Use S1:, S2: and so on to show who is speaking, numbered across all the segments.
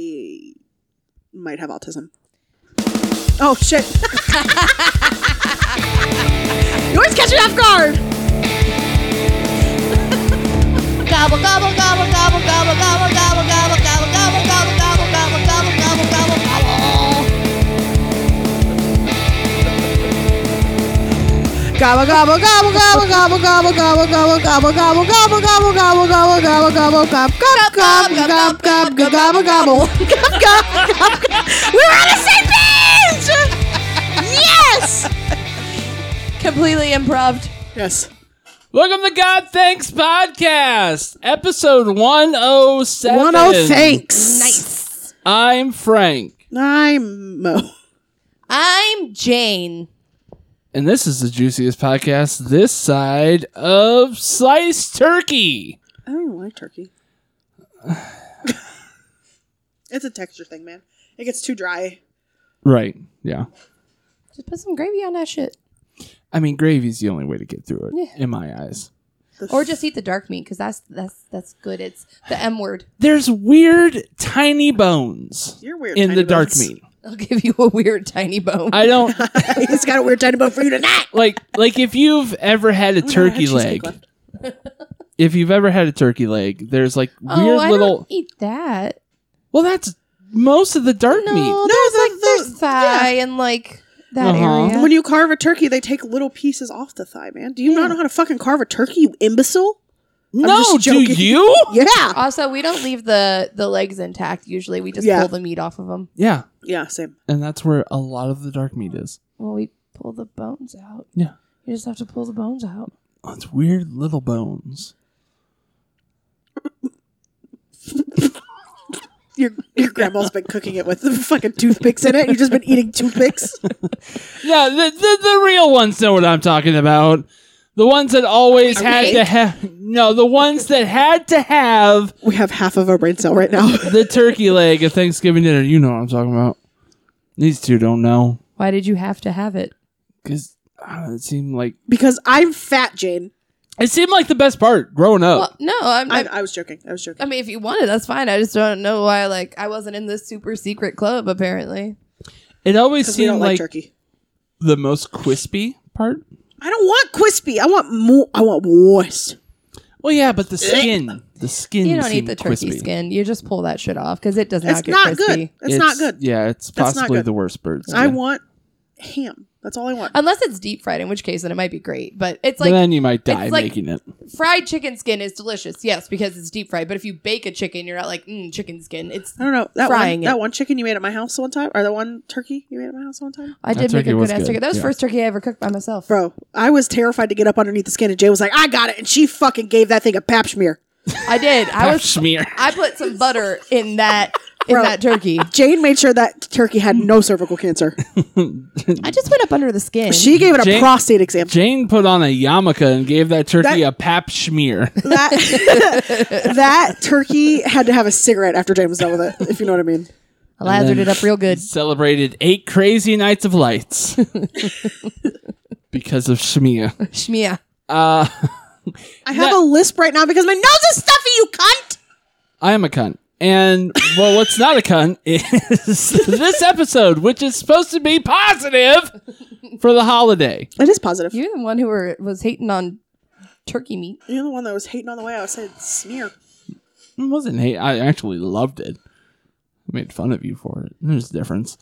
S1: I might have autism. Oh shit! you always catch me off guard.
S2: Gobble, gobble, gobble, gobble, gobble, gobble, gobble, gobble, gobble, gobble, gobble, gobble, gobble, gobble, gobble, gobble, gobble.
S1: Gobble gobble gobble gobble gobble gobble gobble gobble gobble gobble gobble gobble gobble gobble gobble gobble gob gob gob gob gob gob gobble gobble gob gob gob. We're on the same page. Yes.
S2: Completely improved.
S1: Yes.
S3: Welcome to God Thanks Podcast, episode 107.
S1: One oh thanks.
S2: Nice.
S3: I'm Frank,
S1: I'm Mo.
S2: I'm Jane.
S3: and this is the juiciest podcast this side of sliced turkey.
S1: I don't like turkey. it's a texture thing, man. It gets too dry.
S3: Right, yeah.
S2: Just put some gravy on that shit.
S3: I mean, gravy's the only way to get through it,
S2: Yeah.
S3: in my eyes.
S2: Or just eat the dark meat because that's that's that's good. It's the M word.
S3: There's weird tiny bones
S1: You're weird.
S3: in
S1: tiny
S3: the dark
S1: bones.
S3: meat.
S2: I'll give you a weird tiny bone.
S3: I don't
S1: He's got a weird tiny bone for you tonight.
S3: like like if you've ever had a turkey leg. If you've ever had a turkey leg, there's like weird
S2: oh, I
S3: little
S2: don't eat that.
S3: Well, that's most of the dark
S2: No,
S3: meat.
S2: there's
S1: the-
S2: like there's
S1: the-
S2: thigh and like that
S3: Uh-huh.
S2: area.
S1: When you carve a turkey, they take little pieces off the thigh, man. Do you not know how to fucking carve a turkey, you imbecile?
S3: No,
S1: just
S3: do
S1: joking.
S3: you?
S1: Yeah.
S2: also, we don't leave the the legs intact. Usually, we just
S1: Yeah.
S2: pull the meat off of them.
S3: Yeah,
S1: Yeah, same.
S3: and that's where a lot of the dark meat is.
S2: Well, we pull the bones out.
S3: Yeah.
S2: You just have to pull the bones out.
S3: Oh, it's weird little bones.
S1: Your your grandma's been cooking it with the fucking toothpicks in it. You've just been eating toothpicks.
S3: Yeah, the, the the real ones know what I'm talking about. The ones that always had to have no, the ones that had to have
S1: We have half of our brain cell right now.
S3: the turkey leg at Thanksgiving dinner. You know what I'm talking about. These two don't know
S2: Why did you have to have it?
S3: because it seemed like
S1: Because I'm fat, Jane.
S3: it seemed like the best part growing up.
S2: Well, no, I'm.
S1: I,
S2: I,
S1: I was joking. I was joking.
S2: I mean, if you want it, that's fine. I just don't know why. Like, I wasn't in this super secret club. Apparently,
S3: it always
S1: Because we don't
S3: seemed
S1: like,
S3: like
S1: turkey.
S3: the most crispy part.
S1: I don't want crispy. I want more. I want worse.
S3: Well, yeah, but the skin, the skin.
S2: you don't eat
S3: seemed
S2: the turkey
S3: crispy.
S2: skin. You just pull that shit off because it does not
S1: It's
S2: get
S1: not
S2: crispy.
S1: good. It's, not good.
S3: Yeah, it's
S1: That's not
S3: possibly
S1: good.
S3: the worst bird.
S1: I
S3: skin.
S1: want ham. That's all I want.
S2: Unless it's deep fried, in which case then it might be great. But it's
S3: But
S2: like
S3: then you might die
S2: it's like-
S3: making it.
S2: fried chicken skin is delicious, yes, because it's deep fried. But if you bake a chicken, you're not like mm, chicken skin. It's
S1: I don't know that
S2: Frying
S1: one.
S2: it.
S1: That one chicken you made at my house one time, or the one turkey you made at my house one time,
S2: I
S3: That
S2: did make
S3: turkey
S2: a
S3: was
S2: good ass
S3: good,
S2: turkey. That was
S3: yeah.
S2: first turkey I ever cooked by myself.
S1: bro. I was terrified to get up underneath the skin, and Jay was like, "I got it," and she fucking gave that thing a pap smear.
S2: I did. I was
S3: Schmear.
S2: I put some butter in that in
S1: Bro.
S2: that turkey.
S1: Jane made sure that turkey had no cervical cancer.
S2: I just went up under the skin.
S1: She gave it a
S3: Jane-
S1: prostate exam.
S3: Jane put on a yarmulke and gave that turkey
S1: That-
S3: a pap smear.
S1: That that turkey had to have a cigarette after Jane was done with it. If you know what I mean.
S2: I lathered it up real good.
S3: Celebrated eight crazy nights of lights because of schmear.
S2: Shmia.
S3: Uh,
S1: I have a lisp right now because my nose is stuffy. You cunt.
S3: I am a cunt. And well, what's not a cunt is this episode, which is supposed to be positive for the holiday.
S1: It is positive.
S2: You're the one who were, was hating on turkey meat.
S1: You're the one that was hating on the way I said smear.
S3: It wasn't hate. I actually loved it. I made fun of you for it. There's a difference.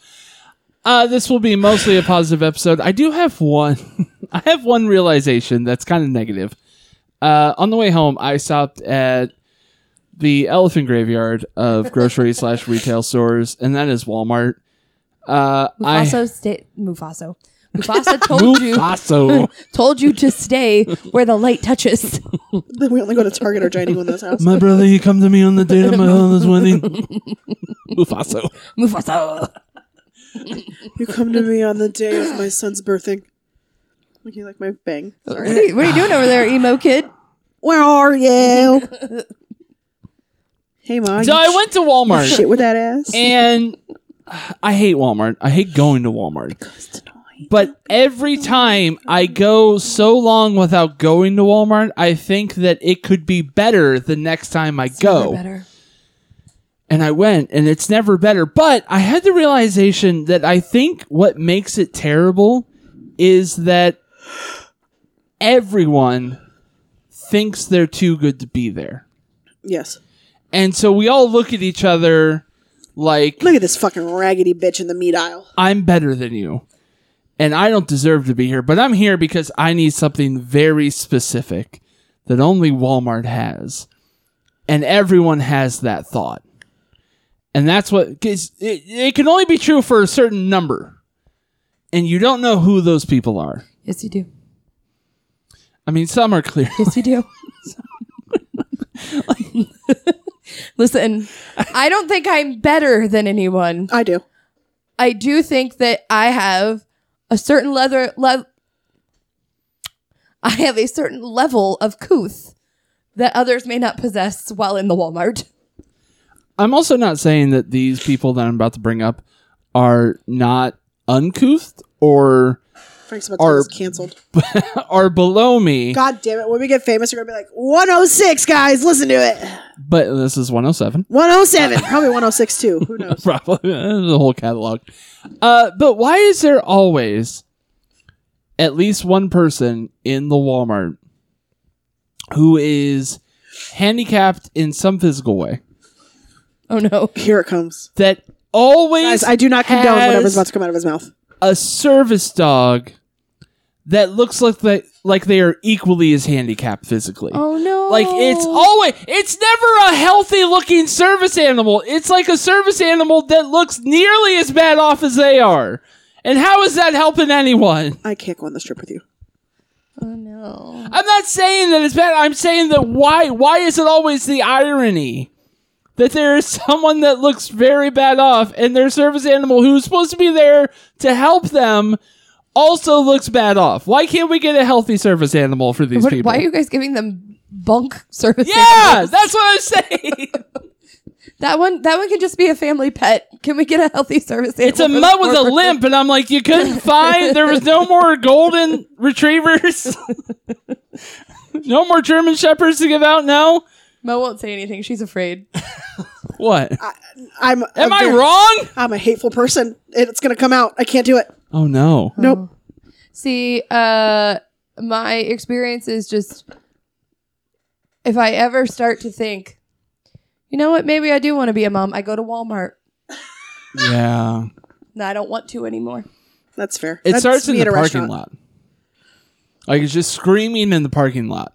S3: Uh, this will be mostly a positive episode. I do have one. I have one realization that's kind of negative. Uh, on the way home, I stopped at the elephant graveyard of grocery slash retail stores, and that is Walmart. Uh, I
S2: Mufasa sta- Mufasa. Mufasa told you
S3: Mufasa.
S2: told you to stay where the light touches.
S1: Then we only go to Target or Giant Eagle in this house.
S3: my brother, he come to me on the date of my father's wedding. Mufasa.
S2: Mufasa.
S1: You come to me on the day of my son's birthday. Like you like my bang.
S2: What are, you, what are you doing over there, emo kid?
S1: Where are you? hey, Ma.
S3: So
S1: you
S3: I went to
S1: sh-
S3: Walmart.
S1: Shit with that ass.
S3: and I hate Walmart. I hate going to Walmart.
S1: It's annoying.
S3: But every time I go so long without going to Walmart, I think that it could be better the next time I go.
S2: Better.
S3: and I went, and it's never better. But I had the realization that I think what makes it terrible is that everyone thinks they're too good to be there.
S4: Yes.
S3: And so we all look at each other like,
S4: Look at this fucking raggedy bitch in the meat aisle.
S3: I'm better than you. And I don't deserve to be here, but I'm here because I need something very specific that only Walmart has. And everyone has that thought. And that's what 'cause it, it can only be true for a certain number. And you don't know who those people are.
S2: Yes, you do.
S3: I mean, some are clear.
S2: Yes, you do. Listen, I don't think I'm better than anyone.
S4: I do.
S2: I do think that I have a certain leather le- I have a certain level of couth that others may not possess while in the Walmart.
S3: I'm also not saying that these people that I'm about to bring up are not uncouth or
S4: Frank's about to get
S3: Or-
S4: us canceled.
S3: are below me.
S4: God damn it. When we get famous, you're going to be like, 106, guys. Listen to it.
S3: But this is 107.
S4: 107. Probably 106 too. Who knows?
S3: probably the whole catalog. Uh, but why is there always at least one person in the Walmart who is handicapped in some physical way
S2: Oh no.
S4: Here it comes.
S3: that always
S4: Guys, I do not condone
S3: has
S4: whatever's about to come out of his mouth.
S3: a service dog that looks like they, like they are equally as handicapped physically.
S2: Oh no.
S3: Like it's always it's never a healthy looking service animal. It's like a service animal that looks nearly as bad off as they are. And how is that helping anyone?
S4: I can't go on this trip with you.
S2: Oh no.
S3: I'm not saying that it's bad. I'm saying that why why is it always the irony that there is someone that looks very bad off and their service animal who's supposed to be there to help them also looks bad off. Why can't we get a healthy service animal for these
S2: What-
S3: people?
S2: why are you guys giving them bunk service?
S3: yeah,
S2: animals?
S3: that's what I'm saying.
S2: that one. That one can just be a family pet. Can we get a healthy service?
S3: It's a mutt with a limp, and I'm like, you couldn't find. There was no more golden retrievers, no more German shepherds to give out. Now
S2: Mo won't say anything. She's afraid.
S3: what?
S4: I'm a
S3: Am I
S4: very-
S3: wrong?
S4: I'm a hateful person. It's going to come out. I can't do it.
S3: Oh no!
S1: Uh-huh.
S4: Nope.
S2: See, uh, my experience is just if I ever start to think, you know what, maybe I do want to be a mom, I go to Walmart.
S3: Yeah,
S2: No, I don't want to anymore.
S4: That's fair.
S3: it
S4: That's
S3: starts in
S4: me at
S3: the
S4: a
S3: parking
S4: restaurant.
S3: lot. Like it's just screaming in the parking lot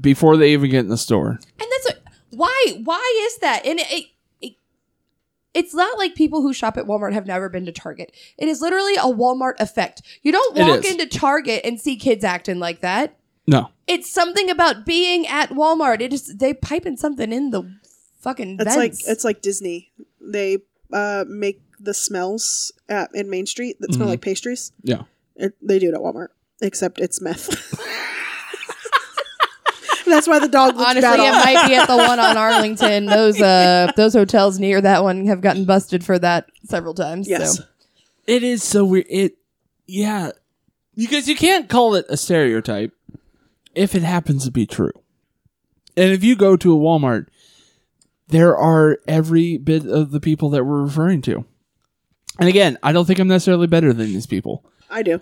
S3: before they even get in the store.
S2: And that's a, why. Why is that? And it, it, it, it's not like people who shop at Walmart have never been to Target. It is literally a Walmart effect. You don't
S3: It
S2: walk
S3: is.
S2: into Target and see kids acting like that.
S3: No,
S2: It's something about being at Walmart. It is they piping something in the fucking
S4: It's
S2: vents.
S4: like it's like Disney. They uh, make the smells at, in Main Street that smell like pastries.
S3: yeah,
S4: It, they do it at Walmart, except it's meth. That's why the dog looks
S2: Honestly,
S4: bad.
S2: it
S4: on-
S2: might be at the one on Arlington. Those uh, those hotels near that one have gotten busted for that several times.
S4: yes,
S2: So.
S3: it is so weird. It, yeah, because you can't call it a stereotype if it happens to be true. And if you go to a Walmart, there are every bit of the people that we're referring to. And again, I don't think I'm necessarily better than these people.
S4: I do.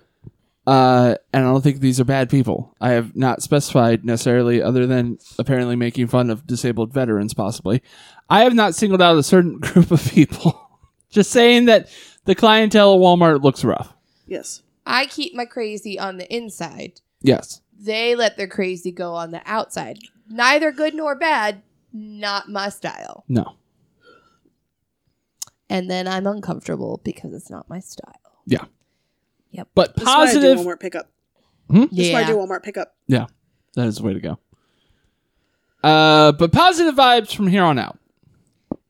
S3: Uh, and I don't think these are bad people. I have not specified necessarily, other than apparently making fun of disabled veterans, possibly. I have not singled out a certain group of people. Just saying that the clientele at Walmart looks rough.
S4: Yes,
S2: I keep my crazy on the inside.
S3: Yes.
S2: they let their crazy go on the outside. Neither good nor bad, not my style.
S3: No.
S2: And then I'm uncomfortable because it's not my style.
S3: But
S4: That's why I do
S3: positive.
S4: Walmart pickup. That's why I do
S2: Yeah.
S4: Walmart pickup.
S3: That is the way to go. Uh, but positive vibes from here on out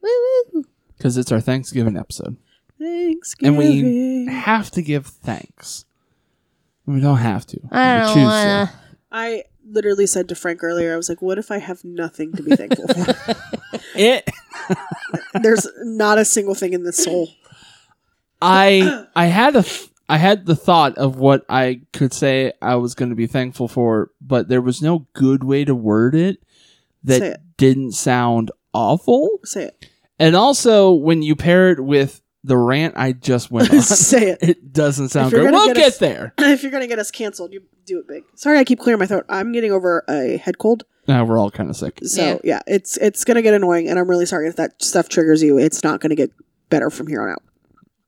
S2: Woo-woo.
S3: because it's our Thanksgiving episode.
S4: Thanksgiving.
S3: Have to give thanks. We don't have to.
S2: I
S3: We
S2: don't
S3: choose to.
S2: wanna.
S4: I literally said to Frank earlier, I was like, "What if I have nothing to be thankful for?
S3: It.
S4: There's not a single thing in this soul."
S3: I I had a th- I had the thought of what I could say I was going to be thankful for, but there was no good way to word it that
S4: Say it.
S3: didn't sound awful.
S4: Say it.
S3: And also, when you pair it with the rant I just went on,
S1: Say it.
S3: it doesn't sound
S1: you're
S3: good.
S1: gonna
S3: We'll
S1: get
S3: get,
S1: us-
S3: there.
S1: if you're gonna get us canceled, you do it big. Sorry, I keep clearing my throat. I'm getting over a head cold,
S3: Now we're all kind of sick.
S1: so
S2: Yeah.
S1: yeah. it's it's gonna get annoying, and I'm really sorry if that stuff triggers you. It's not gonna get better from here on out.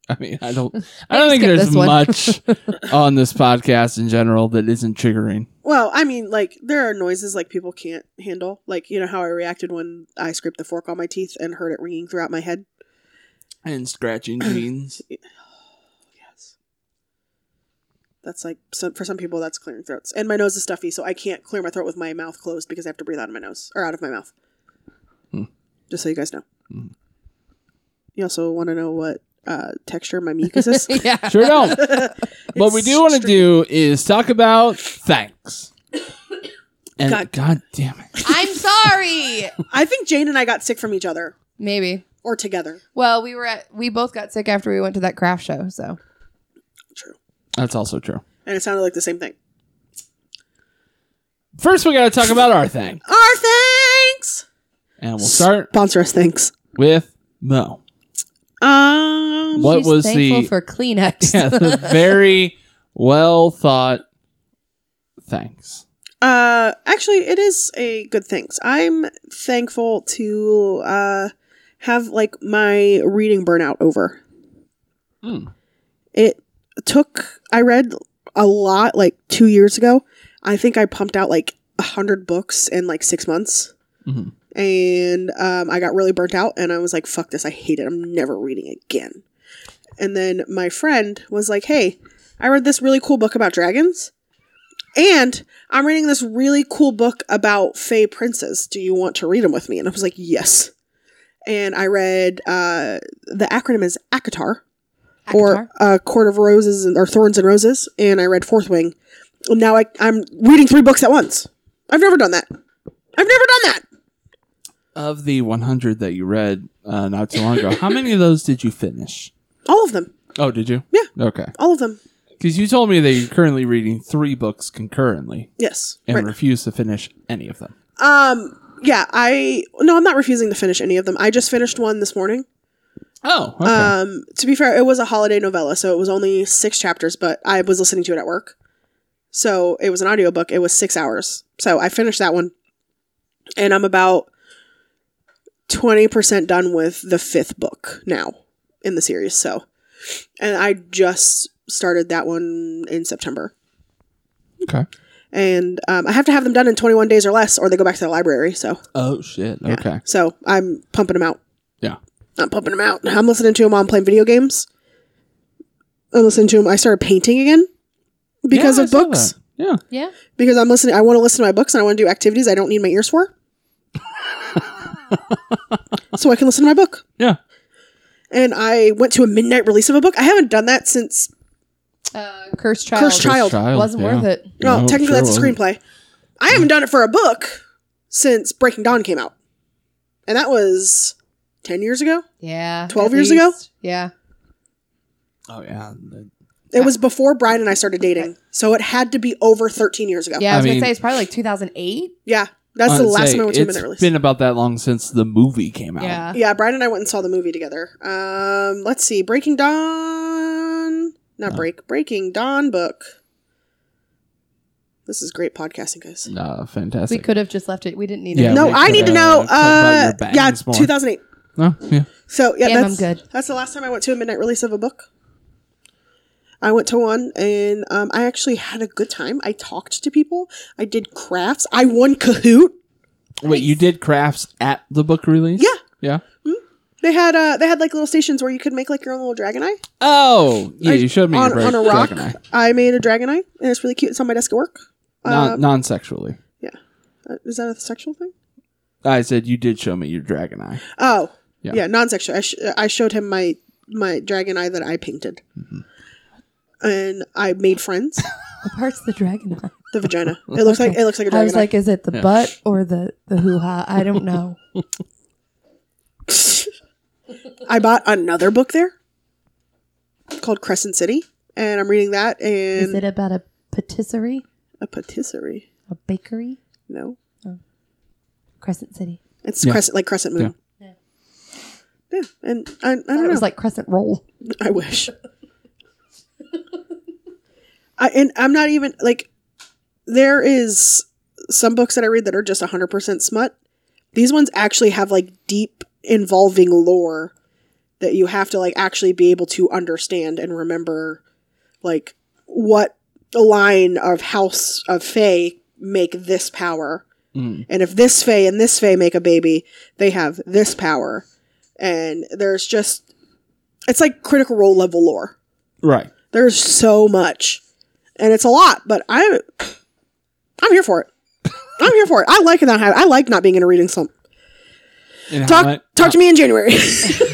S3: I mean, I don't, I don't think
S2: skip
S3: there's
S2: this one.
S3: much on this podcast in general that isn't triggering.
S1: Well, I mean, like there are noises like people can't handle. Like you know how I reacted when I scraped the fork on my teeth and heard it ringing throughout my head.
S3: And scratching jeans.
S1: Yes. That's like some, for some people that's clearing throats, and my nose is stuffy, so I can't clear my throat with my mouth closed because I have to breathe out of my nose or out of my mouth.
S3: Hmm.
S1: Just so you guys know. You also want to know what uh, texture my mucus is.
S2: yeah.
S3: Sure don't. what we do want to do is talk about thanks. And
S1: God.
S3: God, damn it.
S2: I'm sorry.
S1: I think Jane and I got sick from each other
S2: Maybe.
S1: or together.
S2: Well, we were at we both got sick after we went to that craft show, so
S1: True,
S3: That's also true.
S1: and it sounded like the same thing.
S3: First, we got to talk about our thing.
S1: Our thanks.
S3: And we'll start
S1: Sponsor us, thanks.
S3: with Mo.
S1: Um,
S3: What
S2: She's
S3: was
S2: thankful
S3: the,
S2: for Kleenex?
S3: yeah, the very well thought thanks?
S1: Uh, actually, it is a good thanks. I'm thankful to uh have like my reading burnout over.
S3: Hmm.
S1: It took. I read a lot like two years ago. I think I pumped out like a hundred books in like six months,
S3: Mhm.
S1: and um, I got really burnt out. And I was like, "Fuck this! I hate it. I'm never reading again." And then my friend was like, "Hey, I read this really cool book about dragons." And I'm reading this really cool book about Fey princes. Do you want to read them with me? And I was like, yes. And I read uh, the acronym is ACOTAR, or uh, Court of Roses and, or Thorns and Roses. And I read Fourth Wing. And now I, I'm reading three books at once. I've never done that. I've never done that.
S3: Of the 100 that you read uh, not too long ago, how many of those did you finish?
S1: All of them.
S3: Oh, did you?
S1: Yeah.
S3: Okay.
S1: All of them.
S3: Because you told me that you're currently reading three books concurrently
S1: Yes.
S3: and
S1: Right.
S3: refuse to finish any of them.
S1: Um. Yeah. I no. I'm not refusing to finish any of them. I just finished one this morning.
S3: Oh, okay.
S1: Um, to be fair, it was a holiday novella, so it was only six chapters, but I was listening to it at work. So it was an audiobook. It was six hours. So I finished that one. And I'm about 20% done with the fifth book now in the series. So, and I just started that one in September.
S3: okay.
S1: And um, I have to have them done in 21 days or less, or they go back to the library. So,
S3: Oh, shit. Okay.
S1: so I'm pumping them out.
S3: Yeah.
S1: I'm pumping them out. I'm listening to them while I'm playing video games. I'm listening to them. I started painting again because
S3: Yeah, I
S1: of
S3: saw
S1: books.
S3: that. Yeah.
S2: yeah.
S1: Because I'm listening. I want to listen to my books and I want to do activities I don't need my ears for. so I can listen to my book.
S3: Yeah.
S1: And I went to a midnight release of a book. I haven't done that since.
S2: Uh, Cursed Child.
S1: Cursed Child.
S2: Wasn't
S3: yeah.
S2: worth it.
S1: Well,
S3: No,
S1: technically,
S3: Oh, sure
S1: that's a
S3: wasn't.
S1: screenplay. I haven't done it for a book since Breaking Dawn came out, and that was ten years ago.
S2: Yeah.
S1: 12
S2: at
S1: years ago?
S2: least. Yeah.
S3: Oh, yeah.
S1: It was before Brian and I started dating, so it had to be over thirteen years ago.
S2: Yeah, I,
S3: I
S2: was
S3: mean-
S2: gonna say it's probably like 2008.
S1: Yeah, that's the
S3: I'd
S1: last
S3: say
S1: time I went to a
S3: It's
S1: minute release.
S3: been about that long since the movie came out.
S2: Yeah.
S1: yeah, Brian and I went and saw the movie together. Um, let's see, Breaking Dawn, not
S3: Oh.
S1: Break, Breaking Dawn book. This is great podcasting, guys.
S3: Uh,
S2: We
S3: fantastic.
S2: could have just left it. We didn't need
S3: Yeah,
S2: it.
S1: no,
S3: we
S1: I need to
S3: could, uh,
S1: know.
S3: talk about
S1: Uh,
S3: your
S1: yeah,
S3: bangs more.
S1: two thousand eight.
S3: No, yeah.
S1: So yeah,
S2: Damn,
S1: that's
S2: I'm good.
S1: That's the last time I went to a midnight release of a book. I went to one and um, I actually had a good time. I talked to people. I did crafts. I won Kahoot.
S3: Wait, you did crafts at the book release?
S1: Yeah.
S3: Yeah.
S1: They had uh, they had like little stations where you could make like your own little dragon eye
S3: Oh, yeah. you showed me
S1: on,
S3: your
S1: on a
S3: break-
S1: rock.
S3: dragon eye.
S1: I made a dragon eye and it's really cute. It's on my desk at work. Um,
S3: Non- non-sexually.
S1: Uh, Is that a sexual thing?
S3: I said you did show me your dragon eye.
S1: Oh, yeah,
S3: Yeah.
S1: non-sexual. I, sh- I showed him my my dragon eye that I painted,
S3: Mm-hmm.
S1: and I made friends.
S2: The parts of the dragon eye.
S1: the vagina. It looks like it looks like a dragon.
S2: I was
S1: eye.
S2: like, is it the butt or the the hoo ha? I don't know.
S1: I bought another book there called Crescent City, and I'm reading that
S2: Is
S1: and
S2: it about a patisserie,
S1: a patisserie.
S2: a bakery,
S1: No,
S2: Crescent City?
S1: it's
S3: Yeah.
S1: Crescent, like Crescent Moon. Yeah, and I, I
S2: It
S1: don't know.
S2: was like crescent roll.
S1: I wish. I and I'm not even like there is some books that I read that are just 100% smut. These ones actually have like deep involving lore that you have to like actually be able to understand and remember like what the line of house of fae make this power.
S3: Mm.
S1: And if this fae and this fae make a baby, they have this power. And there's just it's like critical role level lore.
S3: Right.
S1: There's so much, and it's a lot. But I'm, I'm here for it. I'm here for it. I like not having. I like not being in a reading slump.
S3: And
S1: Talk,
S3: how, mu-
S1: talk to me in January.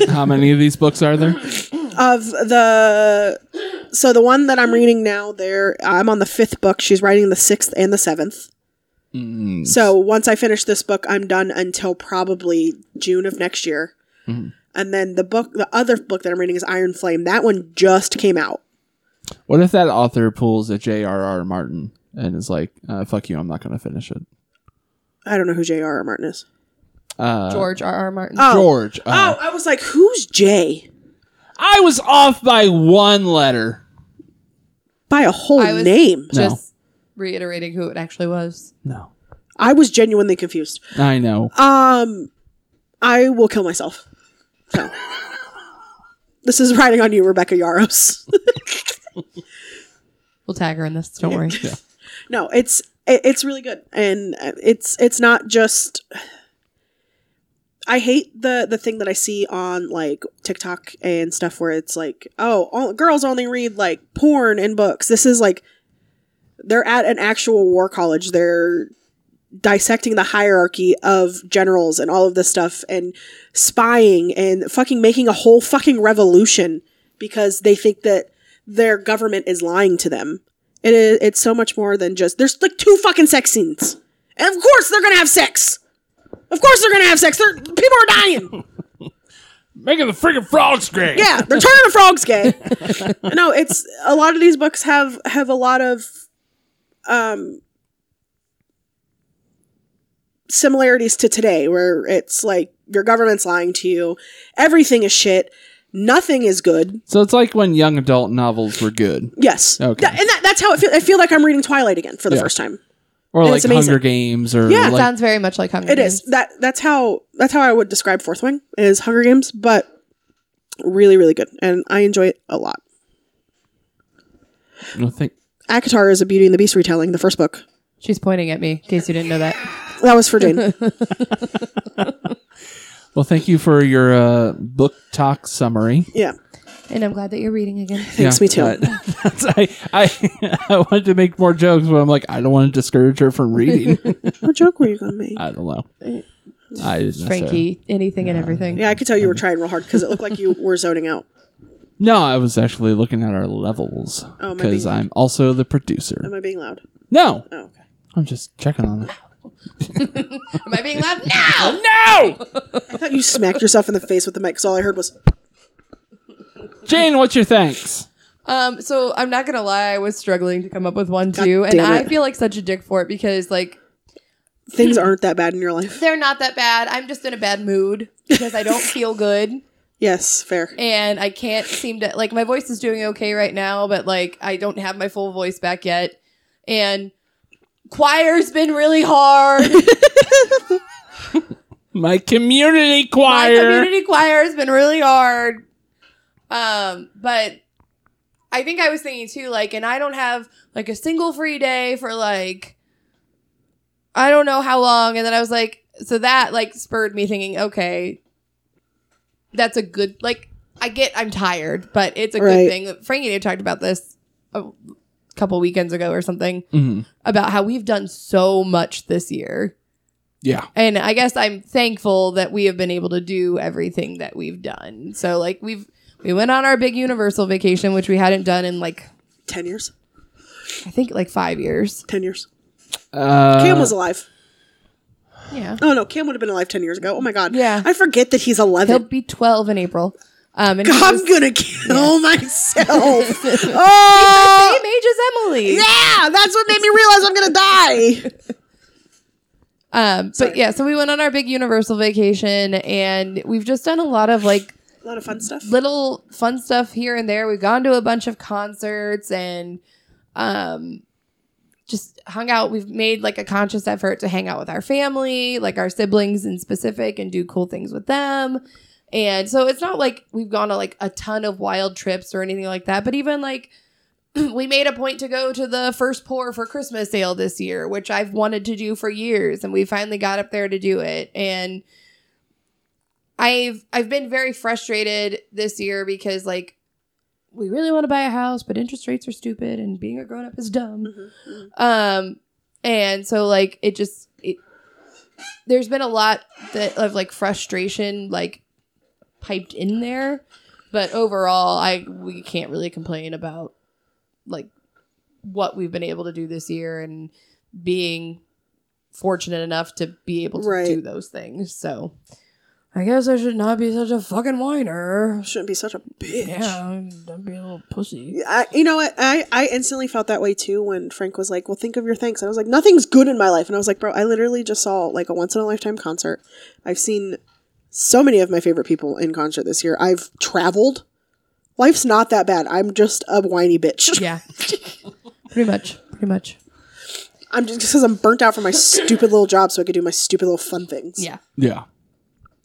S3: how many of these books are there?
S1: of the, so the one that I'm reading now, there I'm on the fifth book. She's writing the sixth and the seventh.
S3: Mm.
S1: So once I finish this book, I'm done until probably June of next year.
S3: Mhm.
S1: And then the book, the other book that I'm reading is Iron Flame. That one just came out.
S3: What if that author pulls a J.R.R. Martin and is like, uh, "Fuck you, I'm not going to finish it."
S1: I don't know who J.R.R. Martin is.
S3: Uh,
S2: George R. R. Martin.
S1: Oh.
S3: George.
S1: Oh,
S2: Uh-huh.
S3: uh,
S1: I was like, who's Jay?
S3: I was off by one letter.
S1: By a whole
S2: I was-
S1: name.
S3: No.
S2: Just reiterating who it actually was.
S3: No,
S1: I was genuinely confused.
S3: I know.
S1: Um, I will kill myself. So. this is riding on you, Rebecca Yaros.
S2: We'll tag her in this. Don't worry.
S1: no, it's it, it's really good, and uh, it's it's not just. I hate the the thing that I see on like TikTok and stuff where it's like, oh, all, girls only read like porn in books. This is like, they're at an actual war college. They're dissecting the hierarchy of generals and all of this stuff and spying and fucking making a whole fucking revolution because they think that their government is lying to them. It is it's so much more than just there's like two fucking sex scenes. And of course they're gonna have sex. Of course they're gonna have sex. They're, people are dying.
S3: Making the freaking frogs great.
S1: Yeah, they're turning the frogs gay. no, it's a lot of these books have have a lot of um similarities to today where it's like your government's lying to you, everything is shit, nothing is good.
S3: So it's like when young adult novels were good,
S1: Yes.
S3: Okay.
S1: Th- and that, that's how it feels. I feel like I'm reading Twilight again for the
S3: Yeah.
S1: first time.
S3: or
S1: And
S3: like
S1: it's amazing.
S3: Hunger Games, or
S1: Yeah,
S2: It
S3: like,
S2: sounds very much like Hunger
S1: It
S2: Games.
S1: is that that's how that's how I would describe Fourth Wing is Hunger Games, but really really good, and I enjoy it a lot.
S3: I don't think
S1: Akatar is a Beauty and the Beast retelling, the first book.
S2: She's pointing at me, in case you didn't know that.
S1: That was for Jane.
S3: Well, thank you for your uh, book talk summary.
S1: yeah,
S2: And I'm glad that you're reading again.
S1: thanks. me too.
S3: uh, that's- I, I, I wanted to make more jokes, but I'm like, I don't want to discourage her from reading.
S1: what joke were you gonna make?
S2: Uh,
S3: I don't know. I didn't necessarily-
S2: Frankie, anything and everything.
S1: yeah, I could tell you were
S2: uh-huh.
S1: trying real hard because it looked like you were zoning out.
S3: No, I was actually looking at our levels
S1: Oh, my
S3: because
S1: bad.
S3: I'm also the producer.
S1: Am I being loud?
S3: No,
S1: Oh, okay.
S3: I'm just checking on it.
S2: Am I being loud? No!
S3: No,
S1: I thought you smacked yourself in the face with the mic because all I heard was
S3: Jane, what's your thanks?
S2: Um, so I'm not gonna lie, I was struggling to come up with one too, and
S1: damn
S2: I
S1: it.
S2: feel like such a dick for it because like
S1: things aren't that bad in your life.
S2: they're not that bad. I'm just in a bad mood because I don't feel good
S1: Yes, fair.
S2: and I can't seem to like my voice is doing okay right now, but like I don't have my full voice back yet. And choir's been really hard.
S3: My community
S2: my
S3: choir.
S2: community choir has been really hard. Um, but I think I was thinking too, like, and I don't have like a single free day for like I don't know how long, and then I was like, so that like spurred me thinking, okay, that's a good like I get I'm tired, but it's a
S1: Right.
S2: good thing. Frankie and I talked about this a couple weekends ago or something
S3: Mhm.
S2: about how we've done so much this year.
S3: Yeah,
S2: And I guess I'm thankful that we have been able to do everything that we've done. So like we've we went on our big universal vacation, which we hadn't done in like
S1: Ten years.
S2: I think like five years.
S1: Ten years.
S3: uh,
S1: Cam was alive.
S2: Yeah.
S1: Oh no, Cam would have been alive ten years ago. Oh my god.
S2: Yeah.
S1: I forget that he's eleven.
S2: He'll be twelve in April. Um and he's
S1: I'm
S2: the
S1: gonna kill myself. oh,
S2: same age as Emily.
S1: yeah, that's what made me realize I'm gonna die.
S2: Um, but yeah, so we went on our big Universal vacation, and we've just done a lot of like
S1: A lot of fun stuff.
S2: little fun stuff here and there. We've gone to a bunch of concerts and um just hung out. We've made like a conscious effort to hang out with our family, like our siblings in specific and do cool things with them. And so it's not like we've gone to like a ton of wild trips or anything like that, but even like we made a point to go to the first pour for Christmas sale this year, which I've wanted to do for years and we finally got up there to do it and I've I've been very frustrated this year because like we really want to buy a house, but interest rates are stupid and being a grown up is dumb.
S1: Mhm, mhm.
S2: Um and so like it just it, there's been a lot that of like frustration like piped in there, but overall I we can't really complain about like what we've been able to do this year and being fortunate enough to be able to
S1: Right.
S2: do those things. So I guess I should not be such a fucking whiner.
S1: Shouldn't be such a bitch.
S2: Yeah, don't be a little pussy.
S1: I, you know what? I, I instantly felt that way too when Frank was like, Well, think of your thanks. And I was like, Nothing's good in my life. And I was like, Bro, I literally just saw like a once in a lifetime concert. I've seen so many of my favorite people in concert this year. I've traveled. Life's not that bad. I'm just a whiny bitch.
S2: Yeah. pretty much. Pretty much.
S1: I'm just because I'm burnt out from my stupid little job so I could do my stupid little fun things.
S2: Yeah.
S3: Yeah.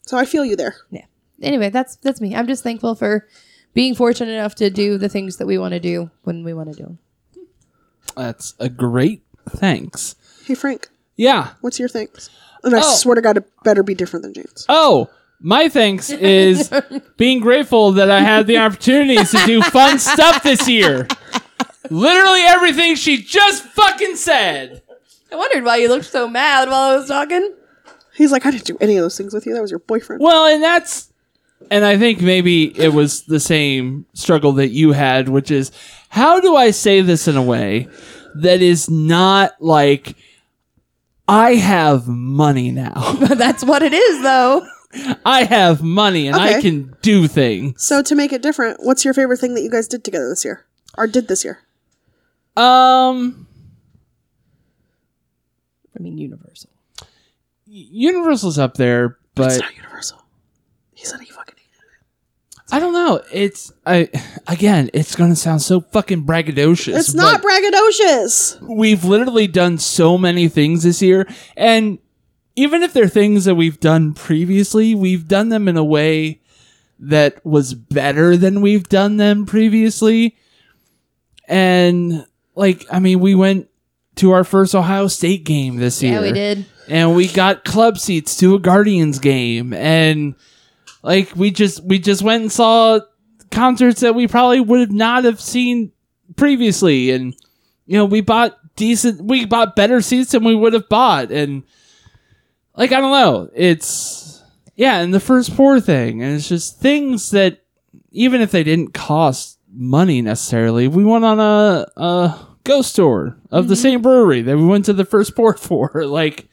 S1: So I feel you there.
S2: Yeah. Anyway, that's that's me. I'm just thankful for being fortunate enough to do the things that we want to do when we want to do 'em.
S3: That's a great thanks.
S1: Hey, Frank,
S3: Yeah.
S1: what's your thanks? And I
S3: Oh.
S1: swear to God, it better be different than James.
S3: Oh, my thanks is being grateful that I had the opportunities to do fun stuff this year. Literally everything she just fucking said.
S2: I wondered why you looked so mad while I was talking.
S1: He's like, I didn't do any of those things with you. That was your boyfriend.
S3: Well, and that's and I think maybe it was the same struggle that you had, which is how do I say this in a way that is not like I have money now.
S2: But that's what it is, though.
S3: I have money and I
S1: Okay.
S3: can do things.
S1: So to make it different, what's your favorite thing that you guys did together this year? Or did this year?
S3: Um
S2: I mean, universal.
S3: Universal's up there,
S1: It's
S3: but
S1: not universal. He said he fucking hated
S3: I don't know. It's I again. It's gonna sound so fucking braggadocious.
S1: it. It's not
S3: but
S1: braggadocious.
S3: we've literally done so many things this year, and even if they're things that we've done previously, we've done them in a way that was better than we've done them previously. And like, I mean, we went to our first Ohio State game this year
S2: Yeah, we did.
S3: and we got club seats to a Guardians game, and like we just we just went and saw concerts that we probably would have not have seen previously, and you know we bought decent, we bought better seats than we would have bought, and like I don't know, it's yeah, and the first pour thing, and it's just things that even if they didn't cost money necessarily, we went on a a ghost tour of the same brewery that we went to the first pour for, like.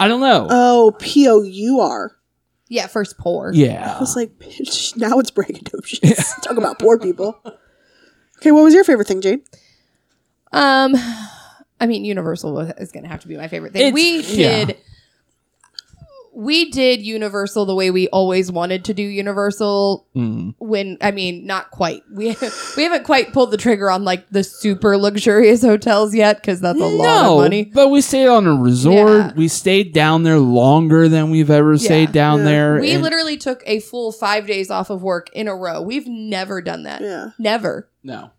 S3: I don't know.
S1: Oh, P O U R.
S2: Yeah, first pour.
S1: I
S3: yeah.
S1: was like, bitch, now it's braggadocious. Talk about poor people. Okay, what was your favorite thing, Jade?
S2: Um, I mean, Universal was- is going to have to be my favorite thing.
S3: It's-
S2: we
S3: yeah.
S2: did, we did Universal the way we always wanted to do Universal.
S3: Mm.
S2: When I mean, not quite. We we haven't quite pulled the trigger on like the super luxurious hotels yet because that's a lot of money.
S3: but we stayed on a resort.
S2: Yeah.
S3: We stayed down there longer than we've ever stayed down there.
S2: We
S3: and-
S2: literally took a full five days off of work in a row. We've never done that.
S1: Yeah.
S2: Never.
S3: no.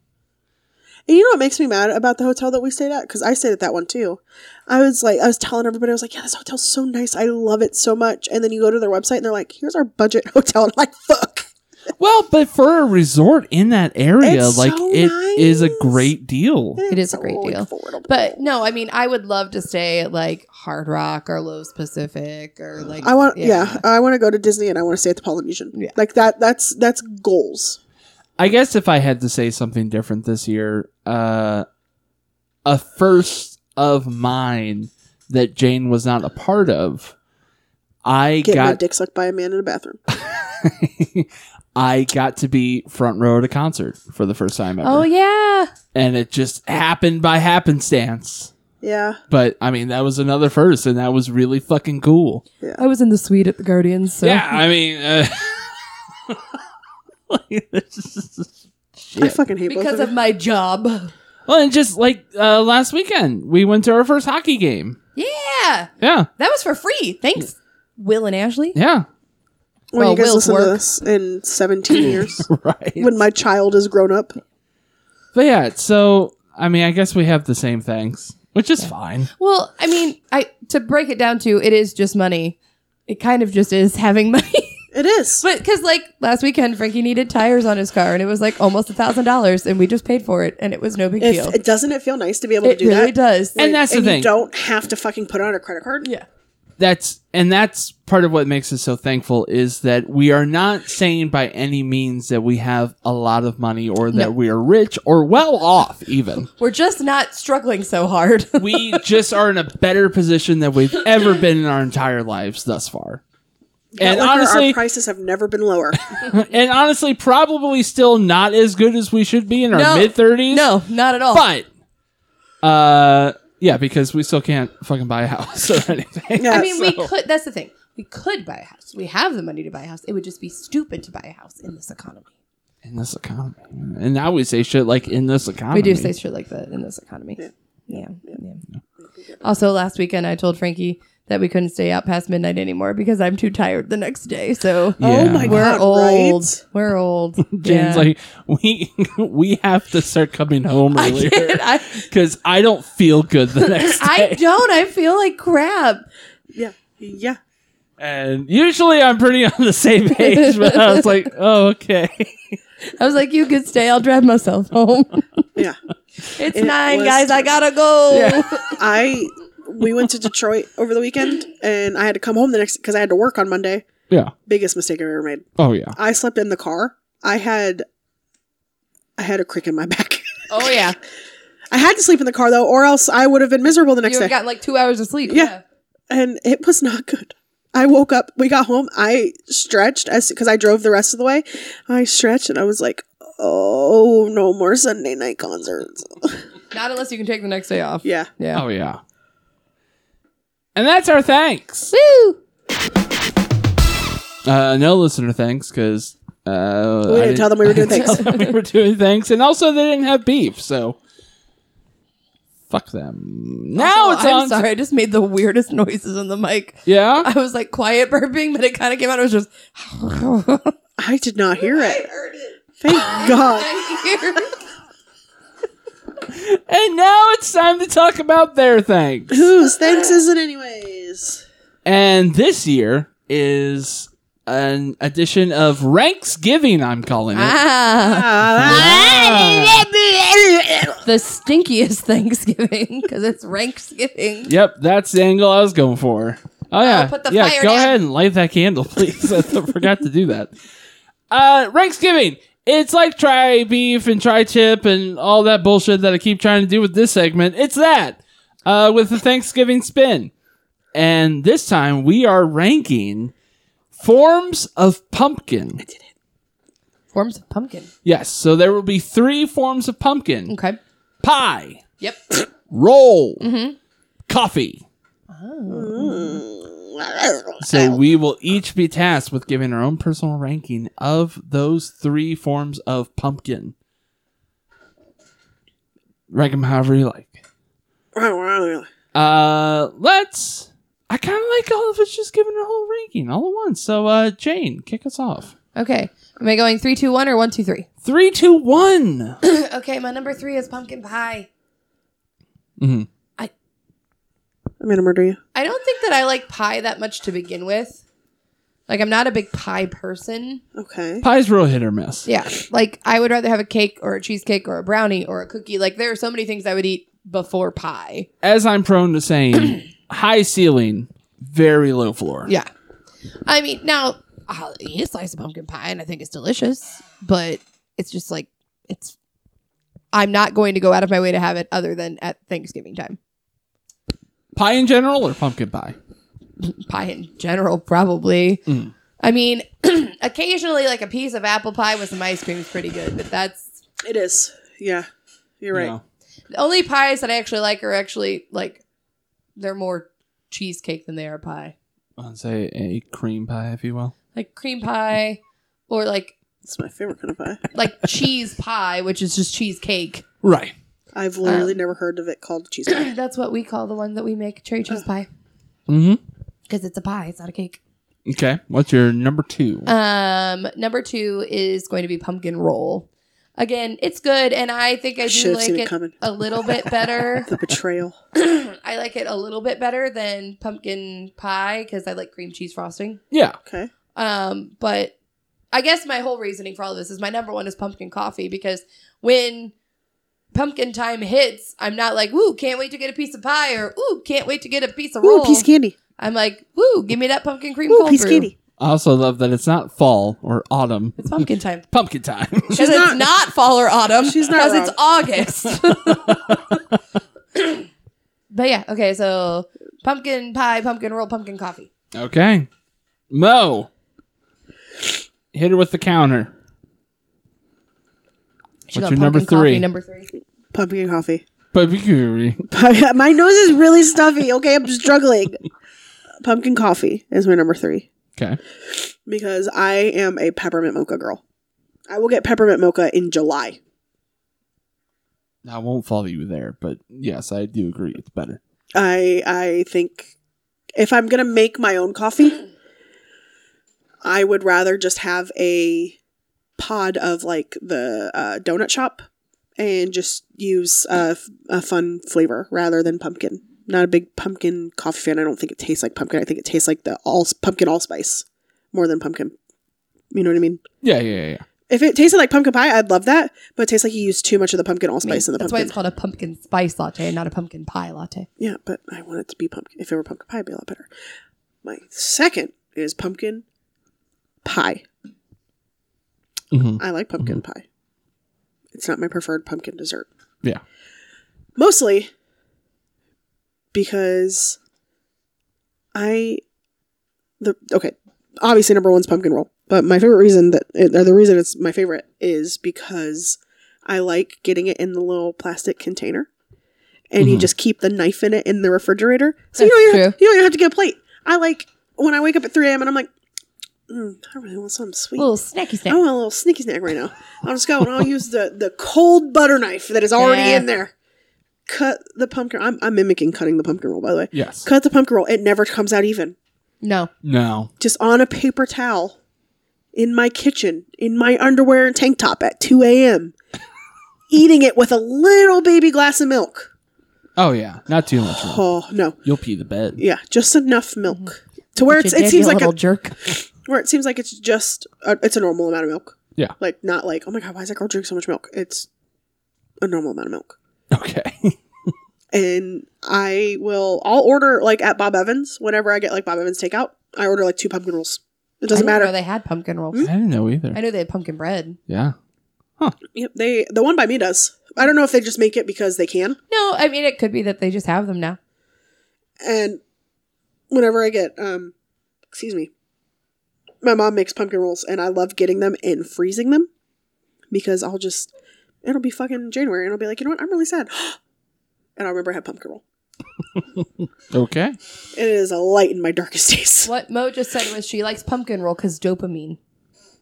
S1: And you know what makes me mad about the hotel that we stayed at? Because I stayed at that one too. I was like, I was telling everybody, I was like, yeah, this hotel's so nice. I love it so much. And then you go to their website and they're like, here's our budget hotel. And I'm like, fuck.
S3: Well, but for a resort in that area,
S1: It's
S3: like
S1: so
S3: it is a
S1: nice.
S3: great deal.
S2: It
S1: It's
S2: is a great
S1: so
S2: deal.
S1: affordable.
S2: But no, I mean, I would love to stay at like Hard Rock or Lowe's Pacific or like.
S1: I want, yeah, I want to go to Disney and I want to stay at the Polynesian.
S2: Yeah.
S1: Like that, that's, that's goals.
S3: I guess if I had to say something different this year, uh, a first of mine that Jane was not a part of, I
S1: Get my
S3: got
S1: dick sucked by a man in a bathroom.
S3: I got to be front row at a concert for the first time ever.
S2: Oh yeah.
S3: and it just happened by happenstance.
S1: Yeah.
S3: But I mean, that was another first, and that was really fucking cool.
S2: I was in the suite at the Guardians, so
S3: Yeah, I mean, uh, like, this is-
S1: I fucking hate both
S2: because
S1: of
S2: of
S1: them.
S2: my job.
S3: well, and just like uh, last weekend, we went to our first hockey game.
S2: Yeah,
S3: Yeah,
S2: that was for free. Thanks, Will and Ashley.
S3: yeah,
S1: when
S2: well,
S1: you guys
S2: Will's
S1: listen to
S2: work.
S1: this in 17 years,
S3: right.
S1: when my child is grown up.
S3: But yeah, so I mean, I guess we have the same things, which is fine.
S2: Well, I mean, I to break it down to it is just money. It kind of just is having money.
S1: It is.
S2: but because like last weekend, Frankie needed tires on his car, and it was like almost a thousand dollars, and we just paid for it, and it was no big
S1: if,
S2: deal.
S1: it doesn't it feel nice to be able
S2: It
S1: to do
S2: really
S1: that?
S2: does.
S3: And that's the
S1: and
S3: thing.
S1: you don't have to fucking put it on a credit card.
S2: yeah.
S3: that's and that's part of what makes us so thankful is that we are not saying by any means that we have a lot of money or that we are rich or well off even
S2: We're just not struggling so hard.
S3: we just are in a better position than we've ever been in our entire lives thus far
S1: Like,
S3: and
S1: our- our
S3: honestly
S1: prices have never been lower.
S3: and honestly probably still not as good as we should be in our
S2: No.
S3: mid 30s
S2: no, not at all.
S3: but uh yeah because we still can't fucking buy a house or anything
S1: Yeah,
S2: I mean, we
S3: so-
S2: could. That's the thing. We could buy a house. We have the money to buy a house. It would just be stupid to buy a house in this economy.
S3: in this economy and now we say shit like in this economy
S2: We do say shit like that in this economy. Yeah. Yeah. Also, last weekend I told Frankie that we couldn't stay out past midnight anymore because I'm too tired the next day. So
S3: Yeah.
S1: Oh my
S2: we're
S1: god,
S2: old.
S1: right?
S2: We're old. Yeah.
S3: Jane's like, we we have to start coming home
S2: I
S3: earlier
S2: did. I,
S3: because I don't feel good the next day.
S2: I don't. I feel like crap.
S1: Yeah. Yeah.
S3: and usually I'm pretty on the same page, but I was like, oh okay.
S2: I was like, you could stay. I'll drive myself home.
S1: Yeah.
S2: it's
S1: It
S2: nine,
S1: was
S2: guys. I gotta go.
S1: I we went to Detroit over the weekend and I had to come home the next because I had to work on Monday.
S3: Yeah.
S1: Biggest mistake I've ever made.
S3: Oh yeah.
S1: I slept in the car. I had I had a crick in my back.
S2: Oh yeah.
S1: I had to sleep in the car though, or else I would have been miserable the next
S2: You
S1: day.
S2: have gotten like two hours of sleep.
S1: Yeah. and it was not good. I woke up, we got home, I stretched as because I drove the rest of the way. I stretched and I was like, "Oh, no more Sunday night concerts."
S2: Not unless you can take the next day off.
S1: yeah.
S2: Yeah.
S3: Oh yeah. And that's our thanks.
S2: Woo!
S3: Uh, no listener thanks because uh,
S1: We
S3: I
S1: didn't tell them we were doing
S3: I didn't
S1: things.
S3: tell them we were doing things, and also they didn't have beef, so fuck them. Now
S2: Oh,
S3: it's
S2: I'm
S3: on. to-
S2: sorry. I just made the weirdest noises on the mic.
S3: yeah.
S2: I was like quiet burping, but it kind of came out. It was just
S1: I did not hear it. Thank God.
S3: And now it's time to talk about their thanks.
S1: Whose thanks is it anyways?
S3: And this year is an edition of Ranks Giving, I'm calling it.
S2: ah,
S3: Ah.
S2: the stinkiest Thanksgiving because it's Ranksgiving.
S3: Yep, that's the angle I was going for. Oh yeah,
S2: put the
S3: yeah.
S2: fire
S3: go
S2: down.
S3: ahead and light that candle, please. I th- forgot to do that. Uh, Ranksgiving. It's like try beef and try chip and all that bullshit that I keep trying to do with this segment. It's that uh, with the Thanksgiving spin, and this time we are ranking forms of pumpkin.
S2: Forms of pumpkin.
S3: Yes, so there will be three forms of pumpkin:
S2: Okay.
S3: pie,
S2: Yep.
S3: roll,
S2: Mm-hmm.
S3: coffee. So we will each be tasked with giving our own personal ranking of those three forms of pumpkin. Rank them however you like. Uh, let's. I kind of like all of us just giving our whole ranking all at once. So, uh, Jane, kick us off.
S2: Okay. Am I going three, two, one, or one, two, three?
S3: Three, two, one.
S2: okay. My number three is pumpkin pie.
S1: I'm going to murder you.
S2: I don't think that I like pie that much to begin with. Like I'm not a big pie person.
S1: Okay.
S3: Pie's real hit or miss.
S2: Yeah. Like I would rather have a cake or a cheesecake or a brownie or a cookie. Like there are so many things I would eat before pie.
S3: As I'm prone to saying, high ceiling, very low floor.
S2: Yeah. I mean, now I'll eat a slice of pumpkin pie and I think it's delicious, but it's just like it's I'm not going to go out of my way to have it other than at Thanksgiving time.
S3: Pie in general or pumpkin pie?
S2: Pie in general probably. I mean, occasionally like a piece of apple pie with some ice cream is pretty good, but that's
S1: It is. Yeah. You're right.
S3: No.
S2: The only pies that I actually like are actually like they're more cheesecake than they are pie.
S3: I'd say a cream pie, if you will.
S2: Like cream pie or like
S1: It's my favorite kind of pie.
S2: like cheese pie, which is just cheesecake.
S3: Right.
S1: I've literally
S3: Um,
S1: never heard of it called cheese pie.
S2: That's what we call the one that we make cherry cheese pie
S3: Mm-hmm.
S2: because it's a pie, it's not a cake.
S3: Okay. What's your number two?
S2: Um, number 2 is going to be pumpkin roll. Again, it's good and I think I do
S1: Should have
S2: like
S1: seen it,
S2: it
S1: coming.
S2: a little bit better.
S1: The betrayal.
S2: I like it a little bit better than pumpkin pie because I like cream cheese frosting.
S3: yeah.
S1: Okay.
S2: Um, but I guess my whole reasoning for all of this is my number one is pumpkin coffee because when pumpkin time hits, I'm not like, ooh, can't wait to get a piece of pie or ooh, can't wait to get a piece of roll.
S1: Ooh, piece candy.
S2: I'm like, ooh, give me that pumpkin cream
S1: Ooh,
S2: cold
S1: piece
S2: brew.
S1: candy.
S3: I also love that it's not fall or autumn.
S2: It's pumpkin time.
S3: Pumpkin time.
S2: Because it's
S1: not-
S2: not fall or autumn.
S1: She's not
S2: Because it's August. but yeah, okay, so pumpkin pie, pumpkin roll, pumpkin coffee.
S3: okay. Mo. Hit her with the counter.
S2: She
S3: What's
S2: got
S3: your number
S2: pumpkin coffee,
S3: three?
S2: number three.
S1: Pumpkin coffee.
S3: Pumpkin.
S1: My nose is really stuffy. Okay, I'm struggling. Pumpkin coffee is my number three
S3: Okay.
S1: because I am a peppermint mocha girl. I will get peppermint mocha in July.
S3: I won't follow you there, but yes, I do agree. It's better.
S1: I I think if I'm gonna make my own coffee, I would rather just have a pod of like the uh, donut shop and just use a, f- a fun flavor rather than pumpkin. Not a big pumpkin coffee fan. I don't think it tastes like pumpkin. I think it tastes like the all pumpkin allspice more than pumpkin. You know what I mean?
S3: Yeah, yeah, yeah, yeah.
S1: If it tasted like pumpkin pie, I'd love that. But it tastes like you used too much of the pumpkin allspice in the
S2: That's why
S1: pumpkin.
S2: it's called a pumpkin spice latte and not a pumpkin pie latte.
S1: Yeah, but I want it to be pumpkin. If it were pumpkin pie, it'd be a lot better. My second is pumpkin pie.
S3: Mhm.
S1: I like pumpkin pie. It's not my preferred pumpkin dessert.
S3: Yeah.
S1: Mostly because I the okay, obviously number one's pumpkin roll, but my favorite reason that or the reason it's my favorite is because I like getting it in the little plastic container, and
S3: Mm-hmm.
S1: you just keep the knife in it in the refrigerator, so you
S2: That's
S1: don't even have, you don't even have to get a plate. I like when I wake up at three a.m. and I'm like, mm, I really want something sweet.
S2: little snacky snack.
S1: I want a little sneaky snack right now. I'll just go and I'll use the the cold butter knife that is already
S2: Yeah.
S1: in there. Cut the pumpkin. I'm, I'm mimicking cutting the pumpkin roll, by the way.
S3: Yes.
S1: Cut the pumpkin roll. It never comes out even.
S2: No.
S3: No.
S1: Just on a paper towel, in my kitchen, in my underwear and tank top at 2 a.m. Eating it with a little baby glass of milk.
S3: Oh yeah. Not too much. Mo.
S1: Oh no,
S3: You'll pee the bed.
S1: yeah, just enough milk
S2: Mm-hmm.
S1: to where it's, it seems like
S2: little
S1: a,
S2: jerk.
S1: where it seems like it's just a, it's a normal amount of milk.
S3: Yeah.
S1: like not like oh my god, why is that girl drinking so much milk? It's a normal amount of milk.
S3: Okay.
S1: and I will I'll order like at Bob Evans whenever I get like Bob Evans takeout. I order like two pumpkin rolls. It doesn't
S2: I didn't
S1: matter. Mm.
S2: know they had pumpkin rolls.
S3: I didn't know either.
S2: I knew they had pumpkin bread.
S3: yeah.
S1: Yep, they the one by me does. I don't know if they just make it because they can.
S2: No, I mean it could be that they just have them now.
S1: And whenever I get um excuse me. My mom makes pumpkin rolls and I love getting them and freezing them because I'll just it'll be fucking January and I'll be like, "You know what? I'm really sad." and I'll remember I had pumpkin roll.
S3: Okay.
S1: It is a light in my darkest days.
S2: What Mo just said was she likes pumpkin roll because dopamine.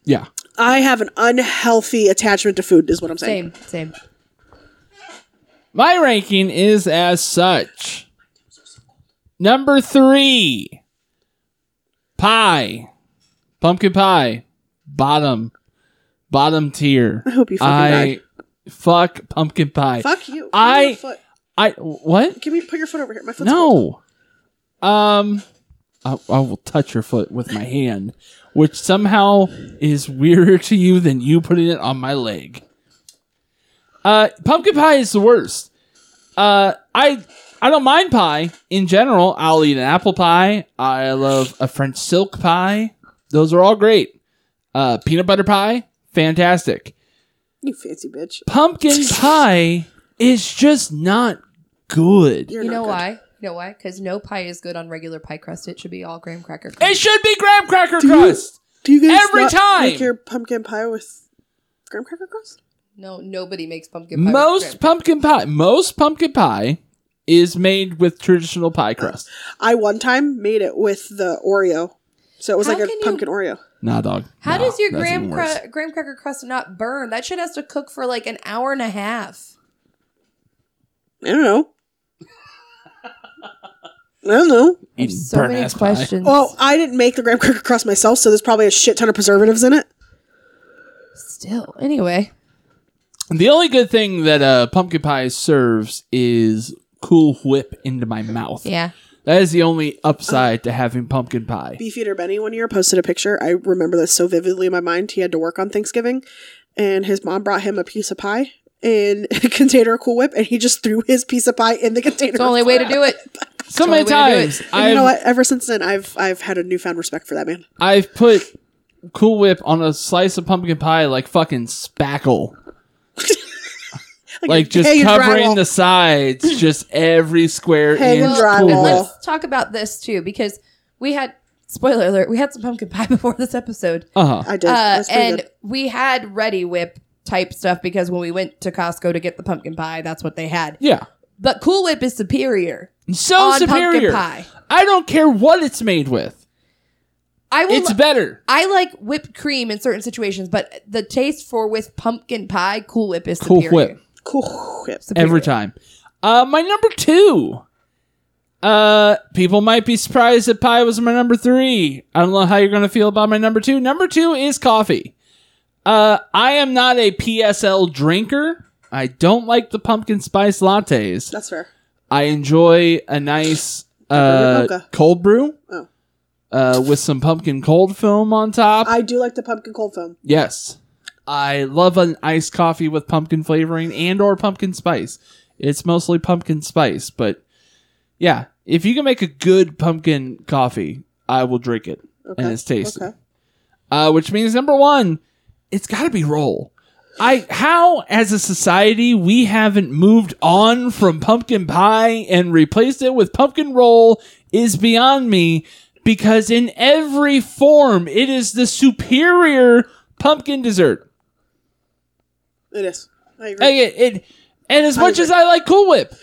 S3: Yeah.
S1: I have an unhealthy attachment to food is what I'm saying.
S2: Same, same.
S3: My ranking is as such. Number three, pie, pumpkin pie, bottom, bottom tier.
S1: I hope you fucking
S3: I fuck pumpkin pie.
S1: Fuck you. Give me
S3: I-
S1: your foot.
S3: I what?
S1: Give me put your foot over here. My foot's cold.
S3: No. Um, I, I will touch your foot with my hand, which somehow is weirder to you than you putting it on my leg. Uh, pumpkin pie is the worst. Uh, I I don't mind pie in general. I'll eat an apple pie. I love a French silk pie. Those are all great. Uh, peanut butter pie, fantastic
S1: You fancy bitch.
S3: pumpkin pie is just not good.
S1: You're
S2: You
S1: not
S2: know
S1: good.
S2: why? You know why? Because no pie is good on regular pie crust. It should be all graham cracker crust.
S3: It should be graham cracker crust.
S1: Do you guys
S3: Every
S1: not
S3: time!
S1: make your pumpkin pie with graham cracker crust?
S2: No, nobody makes pumpkin pie. with
S3: Most
S2: shrimp.
S3: pumpkin pie, most pumpkin pie is made with traditional pie crust.
S1: I one time made it with the Oreo, so it was
S2: How
S1: like
S2: can
S1: a
S2: you-
S1: pumpkin Oreo.
S3: Nah, dog.
S2: How
S3: Nah,
S2: does your
S3: that's
S2: graham
S3: even worse.
S2: cra- graham cracker crust not burn? That shit has to cook for like an hour and a half.
S1: I don't know. I don't know.
S3: Eating
S2: So
S3: burnt
S2: many
S3: ass pie.
S2: questions.
S1: Well, I didn't make the graham cracker crust myself, so there's probably a shit ton of preservatives in it.
S2: Still, anyway,
S3: The only good thing that uh, pumpkin pie serves is Cool Whip into my mouth.
S2: yeah.
S3: That is the only upside to having pumpkin pie.
S1: Beefeater Benny one year posted a picture. I remember this so vividly in my mind. He had to work on Thanksgiving, and his mom brought him a piece of pie in a container of Cool Whip, and he just threw his piece of pie in the container.
S2: It's the only way to do it. That's the
S3: So many
S2: only way to do
S3: times
S2: it.
S1: And you know
S3: I've,
S1: what? Ever since then, I've I've had a newfound respect for that man.
S3: I've put Cool Whip on a slice of pumpkin pie like fucking spackle. like just
S1: hang and
S3: covering
S1: drywall.
S3: the sides, just every square
S1: Hang and
S3: inch.
S1: drywall.
S3: Cool
S2: and
S3: Whip.
S1: Well-
S2: let's talk about this too, because we had spoiler alert, we had some pumpkin pie before this episode.
S3: Uh-huh.
S1: I did.
S2: Uh,
S1: That's pretty
S2: and
S1: good.
S2: we had ready whip type stuff because when we went to Costco to get the pumpkin pie, that's what they had.
S3: Yeah.
S2: But Cool Whip is superior
S3: So
S2: on pumpkin
S3: superior.
S2: pie.
S3: I don't care what it's made with.
S2: I will
S3: It's
S2: lo-
S3: better.
S2: I like whipped cream in certain situations, but the taste for with pumpkin pie, Cool Whip is
S3: Cool
S2: superior.
S3: Whip.
S1: Cool Whip.
S2: Superior.
S3: every time. Uh, my number two. Uh, people might be surprised that pie was my number three. I don't know how you're gonna feel about my number two. Number two is coffee. Uh, I am not a PSL drinker. I don't like the pumpkin spice lattes.
S1: That's fair.
S3: I enjoy a nice
S1: Peppermint
S3: uh,
S1: mocha.
S3: cold brew
S1: Oh.
S3: uh, with some pumpkin cold foam on top.
S1: I do like the pumpkin cold foam.
S3: Yes. I love an iced coffee with pumpkin flavoring and or pumpkin spice. It's mostly pumpkin spice, but yeah, if you can make a good pumpkin coffee, I will drink it.
S1: Okay.
S3: And it's tasty.
S1: Okay.
S3: Uh, which means number one, it's got to be roll. I how as a society we haven't moved on from pumpkin pie and replaced it with pumpkin roll is beyond me because in every form it is the superior pumpkin dessert.
S1: It is. I agree.
S3: Like it, it- and as much
S1: agree.
S3: as I like Cool Whip,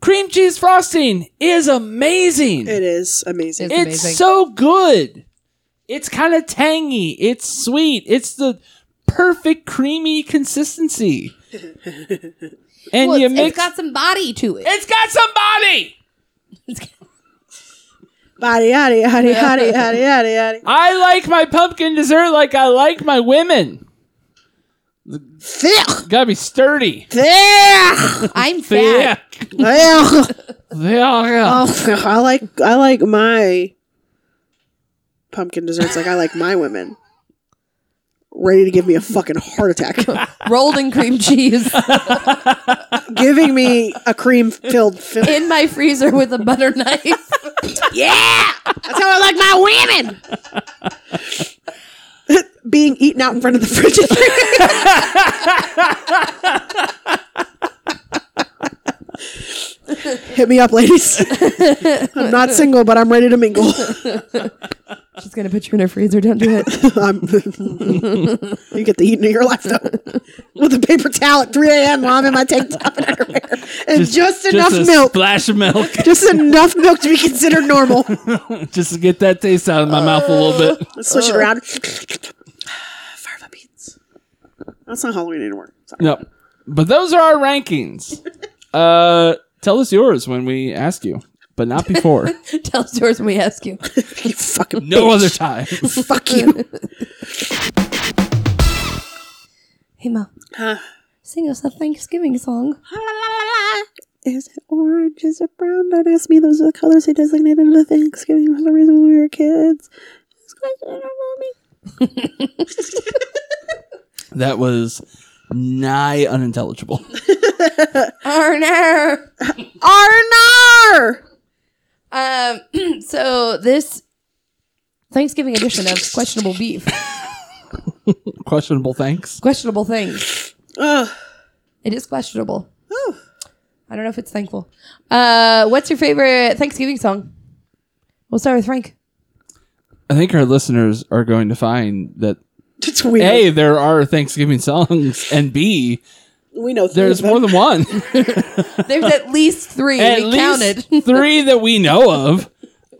S3: cream cheese frosting is amazing.
S1: It is amazing.
S2: It's-
S3: It's
S2: amazing.
S3: so good. It's kind of tangy. It's sweet. It's the perfect creamy consistency. and
S2: Well,
S3: you
S2: it's-
S3: mix.
S2: it's got some body to it.
S3: it's got some body.
S1: Body, yaddy, yaddy, yaddy, yaddy, yaddy, yaddy.
S3: I like my pumpkin dessert like I like my women.
S1: Thick,
S3: Gotta be sturdy.
S1: thick,
S2: I'm
S3: Yeah.
S2: fat.
S1: thick.
S3: Yeah.
S1: Oh, I like, I like my pumpkin desserts like I like my women. Ready to give me a fucking heart attack,
S2: Rolled in cream cheese
S1: giving me a cream filled fill.
S2: in my freezer with a butter knife.
S1: Yeah, that's how I like my women. Being eaten out in front of the fridge. Hit me up, ladies. I'm not single, but I'm ready to mingle.
S2: She's gonna put you in her freezer. Don't do it.
S1: I'm you get the eating of your life though, with a paper towel at 3 a.m. while I'm in my tank top and underwear, and just, enough
S3: a
S1: milk,
S3: Splash of milk.
S1: just enough milk to be considered normal.
S3: just to get that taste out of my mouth a little bit.
S1: Let's switch it around. Farva beans. That's not Halloween anymore. Sorry.
S3: Yep. But those are our rankings. Uh, tell us yours when we ask you, but not before.
S2: Tell us yours when we ask you.
S1: You fucking
S3: no
S1: bitch.
S3: other time.
S1: Fuck you.
S2: Hey Mel,
S1: Huh.
S2: sing us a Thanksgiving song.
S1: Is it orange? Is it brown? Don't ask me. Those are the colors they designated in the Thanksgiving for the reason when we were kids. This question, our mommy.
S3: That was nigh unintelligible.
S2: Arner.
S1: Arnar!
S2: Um, so this Thanksgiving edition of Questionable Beef,
S3: Questionable thanks.
S2: questionable things.
S1: Ugh.
S2: It is questionable.
S1: Oh.
S2: I don't know if it's thankful. Uh, what's your favorite Thanksgiving song? We'll start with Frank.
S3: I think our listeners are going to find that
S1: It's weird.
S3: A, there are Thanksgiving songs, and B,
S1: we know three
S3: there's
S1: of them.
S3: more than one.
S2: There's at least three.
S3: At
S2: we
S3: least
S2: counted.
S3: three that we know of,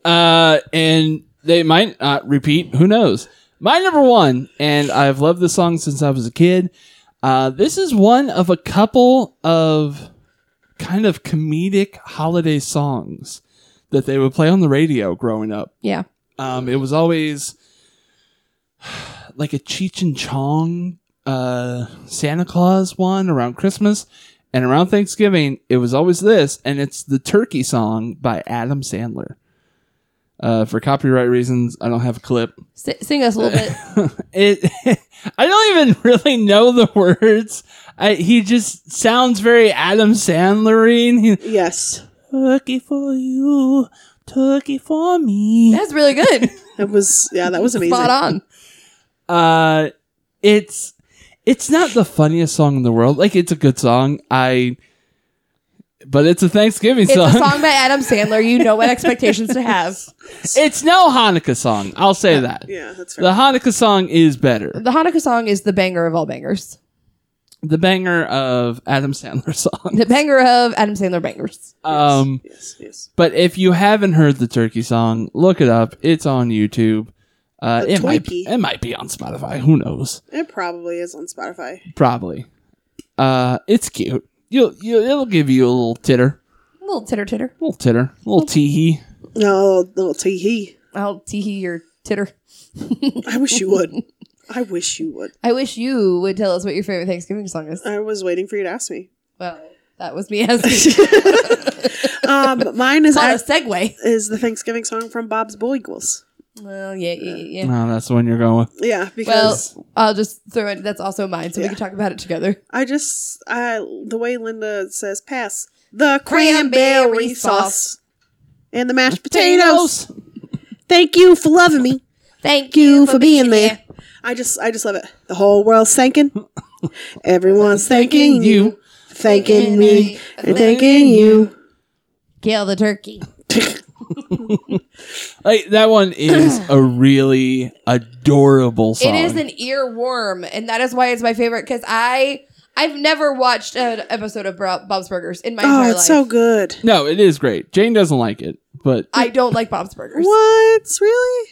S3: uh, and they might not repeat. Who knows? My number one, and I've loved this song since I was a kid. Uh, this is one of a couple of kind of comedic holiday songs that they would play on the radio growing up.
S2: yeah.
S3: Um, it was always like a Cheech and Chong uh, Santa Claus one around Christmas and around Thanksgiving. It was always this, and it's the Turkey song by Adam Sandler. Uh, for copyright reasons, I don't have a clip.
S2: S- sing us a little bit.
S3: It, I don't even really know the words. I, he just sounds very Adam Sandlering. He-
S1: Yes,
S3: Turkey for you, turkey for me.
S2: That's really good.
S1: that was yeah, that was amazing.
S2: Spot on.
S3: uh it's it's not the funniest song in the world like it's a good song i but it's a thanksgiving
S2: It's
S3: song.
S2: a song by Adam Sandler. You know what expectations to have.
S3: it's no hanukkah song i'll say that
S1: Yeah, that's
S3: the
S1: right.
S3: hanukkah song is better
S2: The Hanukkah song is the banger of all bangers.
S3: the banger of adam sandler song
S2: The banger of Adam Sandler bangers.
S3: um
S1: yes, yes.
S3: but if you haven't heard the turkey song look it up it's on youtube uh,
S1: The
S3: it might,
S1: Twinkie.
S3: it might be on Spotify. Who knows?
S1: It probably is on Spotify.
S3: Probably. Uh, it's cute. You'll, you it'll give you a little titter,
S2: little titter titter.
S3: little titter, little tee hee.
S1: No, little tee hee.
S2: I'll teehee your titter.
S1: I wish you would. I wish you would.
S2: I wish you would tell us what your favorite Thanksgiving song is.
S1: I was waiting for you to ask me.
S2: Well, that was me asking.
S1: Um, mine is
S2: It's not a
S1: act-
S2: segue.
S1: is the Thanksgiving song from Bob's Bullies.
S2: Well, yeah, yeah, yeah. yeah.
S3: No, that's the one you're going with.
S1: Yeah,
S2: Well,
S1: because
S2: I'll just throw it. That's also mine, so we
S1: Yeah.
S2: can talk about it together.
S1: I just I the way Linda says pass the cranberry
S2: Cranberry sauce.
S1: sauce and the mashed potatoes.
S3: Potatoes.
S1: Thank you for loving me.
S2: Thank
S1: you for being there. I just I just love it. The whole world's thanking. Everyone's thanking you, thanking me, and thanking you.
S2: Kill the turkey.
S3: Like that one is a really adorable song.
S2: It is an earworm, and that is why it's my favorite. Because I, I've never watched an episode of Bro- Bob's Burgers in my
S1: Oh,
S2: entire
S1: it's
S2: life.
S1: so good.
S3: no, it is great. Jane doesn't like it, but
S2: I don't like Bob's Burgers.
S1: What? Really?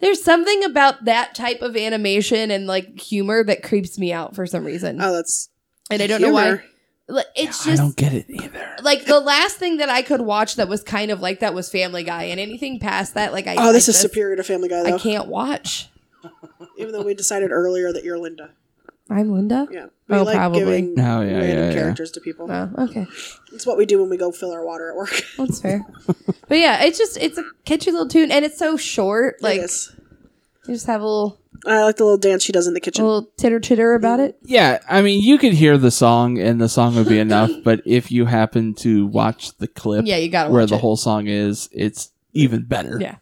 S2: There's something about that type of animation and like humor that creeps me out for some reason,
S1: Oh, that's
S2: and I don't know why.
S1: humor.
S2: Like, It's
S3: I
S2: just
S3: don't get it either.
S2: like the last thing that I could watch that was kind of like that was Family Guy, and anything past that, like I
S1: Oh, this
S2: like
S1: is superior to Family Guy
S2: I
S1: though.
S2: can't watch.
S1: Even though we decided earlier that you're Linda.
S2: I'm Linda.
S1: Yeah. We
S2: Oh,
S1: like
S2: probably.
S1: giving
S3: Oh, yeah,
S1: random
S3: yeah, yeah.
S1: characters to people.
S2: Oh, okay.
S1: It's what we do when we go fill our water at work.
S2: That's fair. but yeah, it's just it's a catchy little tune and it's so short. Like
S1: It is.
S2: you just have a little
S1: I like the little dance she does in the kitchen.
S2: little titter titter about
S1: Mm.
S2: it.
S3: Yeah, I mean, you could hear the song and the song would be enough, but if you happen to watch the clip
S2: Yeah, you gotta
S3: where
S2: watch
S3: the
S2: it.
S3: whole song is, it's even better.
S2: Yeah.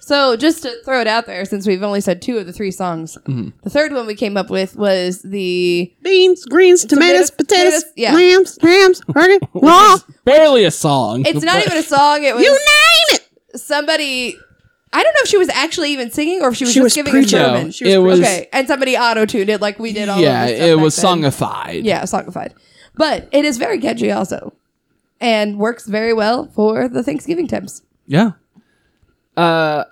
S2: So just to throw it out there, since we've only said two of the three songs,
S3: Mm-hmm.
S2: the third one we came up with was the
S1: Beans, greens, tomatoes,
S2: Tomatoes,
S1: potatoes,
S2: potatoes, yeah.
S1: lambs, hams, turkey, raw.
S3: Barely a song.
S2: it's not
S3: but
S2: even a song, it was
S1: You name it.
S2: somebody I don't know if she was actually even singing or if she was
S1: She
S2: just
S1: was
S2: giving
S1: preaching.
S2: a
S3: No,
S2: sermon.
S1: She was
S3: it was.
S2: Okay, and somebody auto-tuned it like we did all
S3: Yeah,
S2: of this stuff
S3: it
S2: back
S3: was
S2: then.
S3: songified.
S2: Yeah, songified. But it is very catchy also. And works very well for the Thanksgiving times.
S3: Yeah. Uh,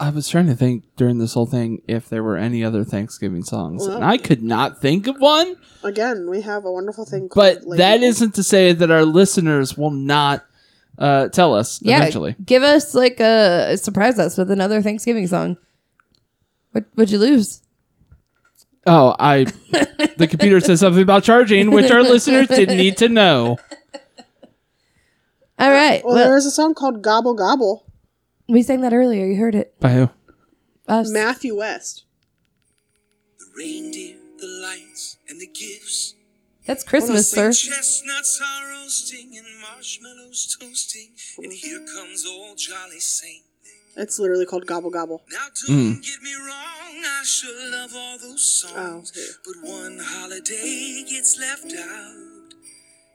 S3: I was trying to think during this whole thing if there were any other Thanksgiving songs, and I could not think of one.
S1: Again, we have a wonderful thing called
S3: But that
S1: Lady-
S3: isn't to say that our listeners will not uh, tell us
S2: Yeah.
S3: eventually.
S2: Give us like a surprise us with another Thanksgiving song. What would you lose?
S3: Oh, I the computer says something about charging, which our listeners did need to know.
S2: All right.
S1: Well,
S2: well,
S1: there is a song called Gobble Gobble.
S2: we sang that earlier. You heard it.
S3: By who?
S2: Us.
S1: Matthew West.
S5: The reindeer, the lights, and the gifts.
S2: That's Christmas, sir.
S5: Chestnuts are roasting and marshmallows toasting. And here comes old Jolly Saint. Nick.
S1: It's literally called Gobble Gobble.
S5: Now don't get me wrong, I sure love all those songs.
S1: Oh, yeah.
S5: But one holiday gets left out.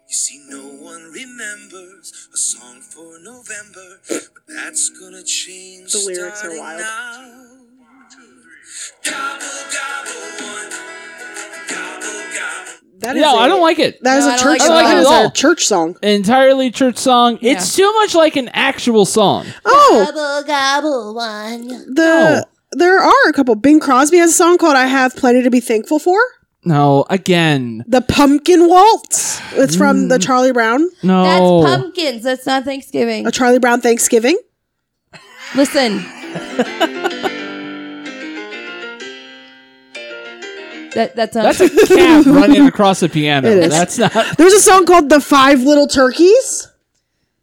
S5: You see, no one remembers a song for November, but that's gonna change.
S1: The lyrics are
S5: starting
S1: wild.
S5: now. Gobble, gobble one. Gobble, gobble.
S1: That is
S3: No, I
S1: I
S3: don't like it.
S1: That is
S2: No, I
S1: a
S2: don't
S1: church.
S2: like it
S1: song.
S3: at
S1: that is
S3: all.
S1: a church song.
S3: Entirely church song. It's too much like an actual song.
S1: Oh,
S2: Gobble gobble one.
S1: the there are a couple. Bing Crosby has a song called "I Have Plenty to Be Thankful For."
S3: No, again.
S1: The Pumpkin Waltz. It's from
S2: Mm.
S1: the Charlie Brown,
S2: That's
S3: No.
S2: pumpkins. That's not Thanksgiving.
S1: a Charlie Brown Thanksgiving.
S2: Listen. that that's not
S3: That's a cat running across a piano.
S1: It is.
S3: That's not.
S1: There's a song called "The Five Little Turkeys."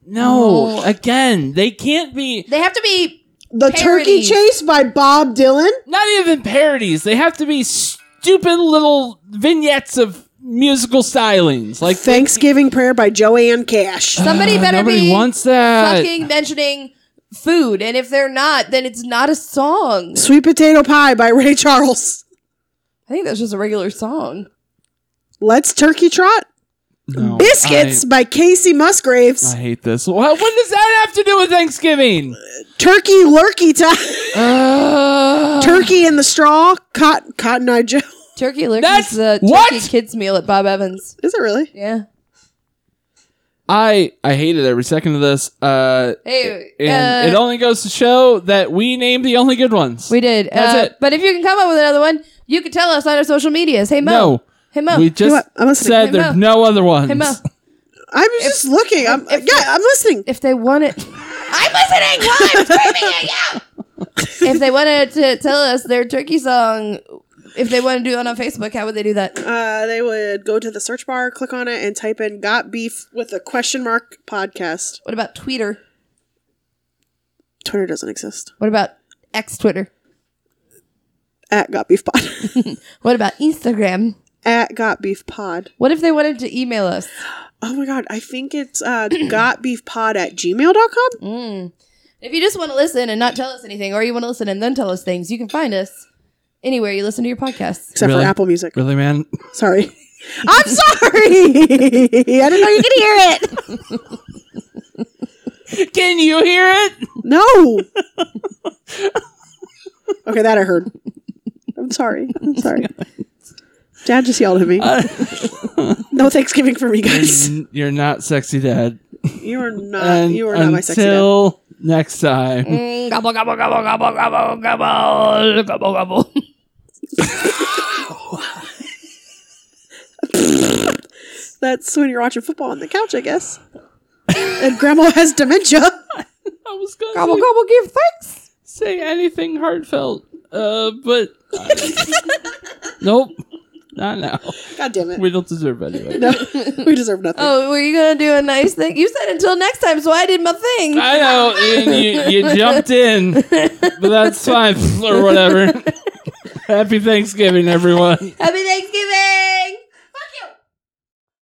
S3: No, again, they can't be.
S2: They have to be
S1: The Turkey
S2: Parodies.
S1: Chase by Bob Dylan.
S3: Not even parodies. They have to be stupid little vignettes of musical stylings. Like
S1: Thanksgiving Prayer by Joanne Cash.
S2: somebody
S3: Uh,
S2: better
S3: nobody
S2: be
S3: wants that.
S2: fucking mentioning food. And if they're not, then it's not a song.
S1: Sweet Potato Pie by Ray Charles.
S2: I think that's just a regular song.
S1: Let's Turkey Trot.
S3: No,
S1: Biscuits by Casey Musgraves.
S3: I, I hate this. Wha- What does that have to do with Thanksgiving?
S1: Turkey Lurkey Time.
S3: Uh,
S1: Turkey in the Straw. Cotton, Cotton Eye Joe.
S2: Turkey Lurkey
S3: That's-
S2: is the
S3: what?
S2: turkey kids meal at Bob Evans.
S1: Is it really?
S2: Yeah.
S3: I I hated every second of this. Uh,
S2: Hey,
S3: and
S2: uh,
S3: it only goes to show that we named the only good ones.
S2: we did.
S3: That's
S2: Uh,
S3: it.
S2: But if you can come up with another one, you can tell us on our social medias. Hey Mo.
S3: no,
S2: Hey Mo.
S3: we
S1: You know
S3: just
S1: what? I'm listening.
S3: said
S2: Hey,
S3: there's
S2: Mo.
S3: no other ones.
S2: hey Mo.
S1: I'm just looking. I'm, yeah, I'm listening.
S2: if they wanted I'm listening live screaming at you If they wanted to tell us their turkey song if they want to do it on Facebook, how would they do that?
S1: Uh, they would go to the search bar, click on it, and type in "Got Beef" with a question mark podcast.
S2: What about Twitter?
S1: Twitter doesn't exist.
S2: What about X Twitter?
S1: At Got Beef Pod.
S2: What about Instagram?
S1: At Got Beef Pod.
S2: What if they wanted to email us?
S1: Oh my god, I think it's uh, gotbeefpod at gmail.com.
S2: If you just want to listen and not tell us anything, or you want to listen and then tell us things, you can find us anywhere you listen to your podcasts.
S1: Except
S3: Really?
S1: for Apple Music.
S3: Really, man?
S1: Sorry. I'm sorry. I didn't know you could hear it.
S3: Can you hear it?
S1: No. Okay, that I heard. I'm sorry. I'm sorry. Dad just yelled at me.
S3: Uh,
S1: no Thanksgiving for me, guys.
S3: N- You're not sexy, Dad.
S1: You are not.
S3: And
S1: Uh, you are not my sexy dad. Mm.
S3: Until next time.
S2: Mm, Gobble, gobble, gobble, gobble, gobble, gobble, gobble, gobble.
S1: That's when you're watching football on the couch, I guess. and Grandma has dementia.
S3: I was gonna
S2: Gobble, gobble, give thanks.
S3: say anything heartfelt, uh, but nope, not now.
S1: God damn it.
S3: We don't deserve anyway.
S1: we deserve nothing.
S2: Oh, were you going to do a nice thing? You said until next time, so I did my thing.
S3: I know and you, you jumped in, but that's fine or whatever. Happy Thanksgiving, everyone.
S2: Happy Thanksgiving.